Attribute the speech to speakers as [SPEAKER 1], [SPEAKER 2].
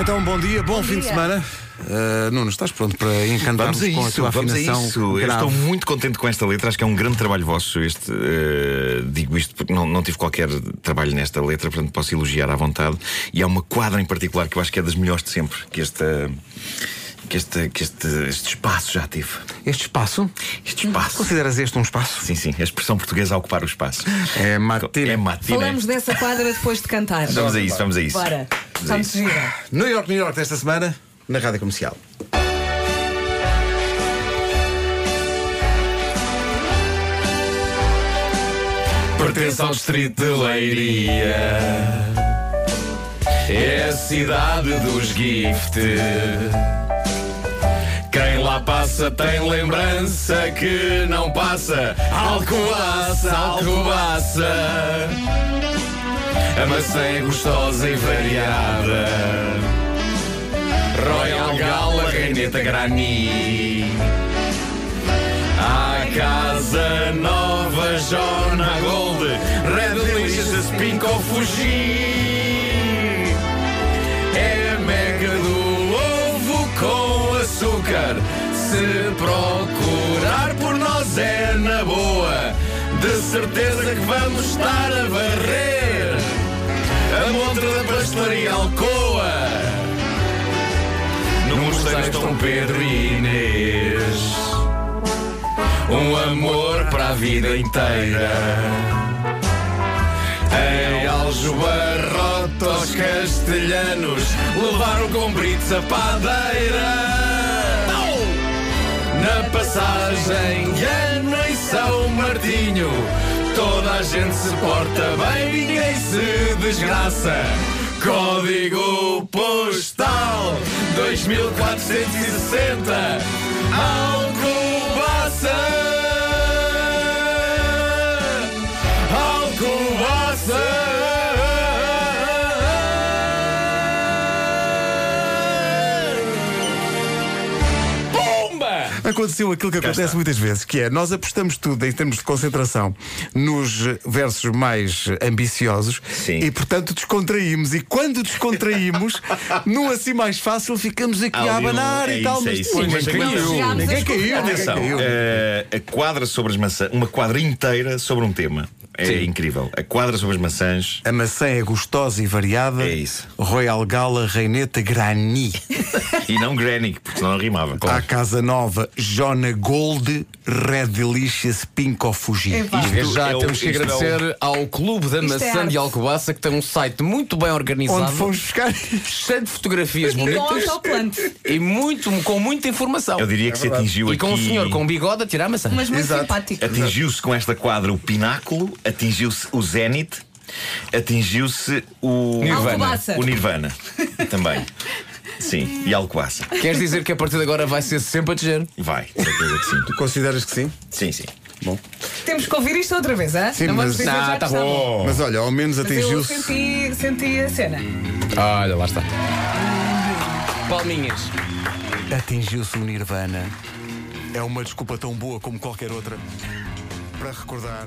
[SPEAKER 1] Então, bom dia, bom, fim de
[SPEAKER 2] dia.
[SPEAKER 1] semana. Uh, Nuno, estás pronto para encantar-nos
[SPEAKER 3] Vamos a
[SPEAKER 1] com a é
[SPEAKER 3] isso,
[SPEAKER 1] tua
[SPEAKER 3] vamos a
[SPEAKER 1] afinação
[SPEAKER 3] isso. Eu
[SPEAKER 1] grave?
[SPEAKER 3] estou muito contente com esta letra, acho que é um grande trabalho vosso. Este, eh, digo isto porque não, não tive qualquer trabalho nesta letra, portanto posso elogiar à vontade. E há uma quadra em particular que eu acho que é das melhores de sempre, que esta. Que este, que este, este espaço já teve.
[SPEAKER 1] Este espaço?
[SPEAKER 3] Este espaço.
[SPEAKER 1] Consideras este um espaço?
[SPEAKER 3] Sim, sim, a expressão portuguesa a ocupar o espaço.
[SPEAKER 1] É matina.
[SPEAKER 3] É matina.
[SPEAKER 2] Falamos dessa quadra depois de cantar.
[SPEAKER 3] Vamos a isso, vamos a isso.
[SPEAKER 2] Bora.
[SPEAKER 3] Vamos a
[SPEAKER 2] Vamos
[SPEAKER 3] isso.
[SPEAKER 2] gira.
[SPEAKER 1] New York, New York, desta semana, na Rádio Comercial.
[SPEAKER 4] pertence ao distrito de Leiria. É a cidade dos gift. Quem lá passa tem lembrança que não passa. Alcobaça, alcobaça. A maçã é gostosa e variada. Royal Gala, Reineta Granit. À casa nova, Jona Gold, Red Delicious, Pink ou Fuji. É a mega do ovo com açúcar. Se procurar por nós é na boa, de certeza que vamos estar a varrer. A montra da pastelaria Alcoa. No mosteiro estão Pedro e Inês. Um amor para a vida inteira. Em Aljubarrota, os castelhanos levaram com brites a padeira. Na passagem de ano em São Martinho, toda a gente se porta bem, ninguém se desgraça. Código postal 2460 Alcobaça Alcobaça Pumba!
[SPEAKER 1] Aconteceu aquilo que acontece
[SPEAKER 3] está.
[SPEAKER 1] muitas vezes, que é nós apostamos tudo em termos de concentração nos eh, versos mais eh, ambiciosos
[SPEAKER 3] Sim.
[SPEAKER 1] e, portanto, descontraímos. E quando descontraímos, num assim mais fácil, ficamos aqui
[SPEAKER 3] Há ali
[SPEAKER 1] a
[SPEAKER 3] um-
[SPEAKER 1] abanar
[SPEAKER 3] é
[SPEAKER 1] e tal.
[SPEAKER 3] isso, é
[SPEAKER 1] mas
[SPEAKER 3] isso.
[SPEAKER 1] ninguém
[SPEAKER 3] Mas
[SPEAKER 1] caiu.
[SPEAKER 2] chegámos a
[SPEAKER 1] Ninguém
[SPEAKER 2] escutar.
[SPEAKER 1] caiu. ninguém
[SPEAKER 3] Atenção,
[SPEAKER 1] caiu.
[SPEAKER 3] eh, a quadra sobre as maçãs, uma quadra inteira sobre um tema. É incrível. A quadra sobre as maçãs.
[SPEAKER 1] A maçã é gostosa e variada.
[SPEAKER 3] É isso.
[SPEAKER 1] Royal Gala, Reineta Grani.
[SPEAKER 3] E não Granny, porque senão não rimava.
[SPEAKER 1] À Casa Nova, Jona Gold, Red Delicious, Pinko Fuji.
[SPEAKER 2] Epá.
[SPEAKER 3] Isto
[SPEAKER 4] Desde já
[SPEAKER 3] é o-
[SPEAKER 4] temos que
[SPEAKER 3] isto é o-
[SPEAKER 4] agradecer ao Clube da
[SPEAKER 2] Isto é
[SPEAKER 4] Maçã
[SPEAKER 2] arte.
[SPEAKER 4] de Alcobaça, que tem um site muito bem organizado,
[SPEAKER 1] Onde fomos buscar?
[SPEAKER 4] cheio de fotografias
[SPEAKER 2] E com
[SPEAKER 4] bonitas
[SPEAKER 2] autoplante.
[SPEAKER 4] e muito, com muita informação.
[SPEAKER 3] Eu diria que se atingiu
[SPEAKER 4] E com o
[SPEAKER 3] aqui-
[SPEAKER 4] senhor com bigode a tirar a maçã.
[SPEAKER 2] Mas muito
[SPEAKER 1] Exato. É
[SPEAKER 2] simpático.
[SPEAKER 3] Atingiu-se com esta quadra o pináculo, atingiu-se o zénite, atingiu-se o
[SPEAKER 4] Nirvana.
[SPEAKER 2] Alcobaça.
[SPEAKER 3] O Nirvana também. Sim, e Alcoaça.
[SPEAKER 4] Queres dizer que a partir de agora vai ser sempre a descer?
[SPEAKER 3] Vai, certeza que sim.
[SPEAKER 1] Consideras que sim?
[SPEAKER 3] Sim, sim.
[SPEAKER 2] Temos que ouvir isto outra vez, hã?
[SPEAKER 1] Sim,
[SPEAKER 2] não vamos
[SPEAKER 1] mas-
[SPEAKER 2] dizer já
[SPEAKER 4] Ah,
[SPEAKER 2] que
[SPEAKER 4] tá
[SPEAKER 2] está
[SPEAKER 4] bom.
[SPEAKER 1] Mas olha, ao menos
[SPEAKER 2] Mas eu
[SPEAKER 1] atingiu-se.
[SPEAKER 2] senti, senti a cena.
[SPEAKER 4] Olha, lá está. Palminhas.
[SPEAKER 1] Atingiu-se o Nirvana. É uma desculpa tão boa como qualquer outra para recordar.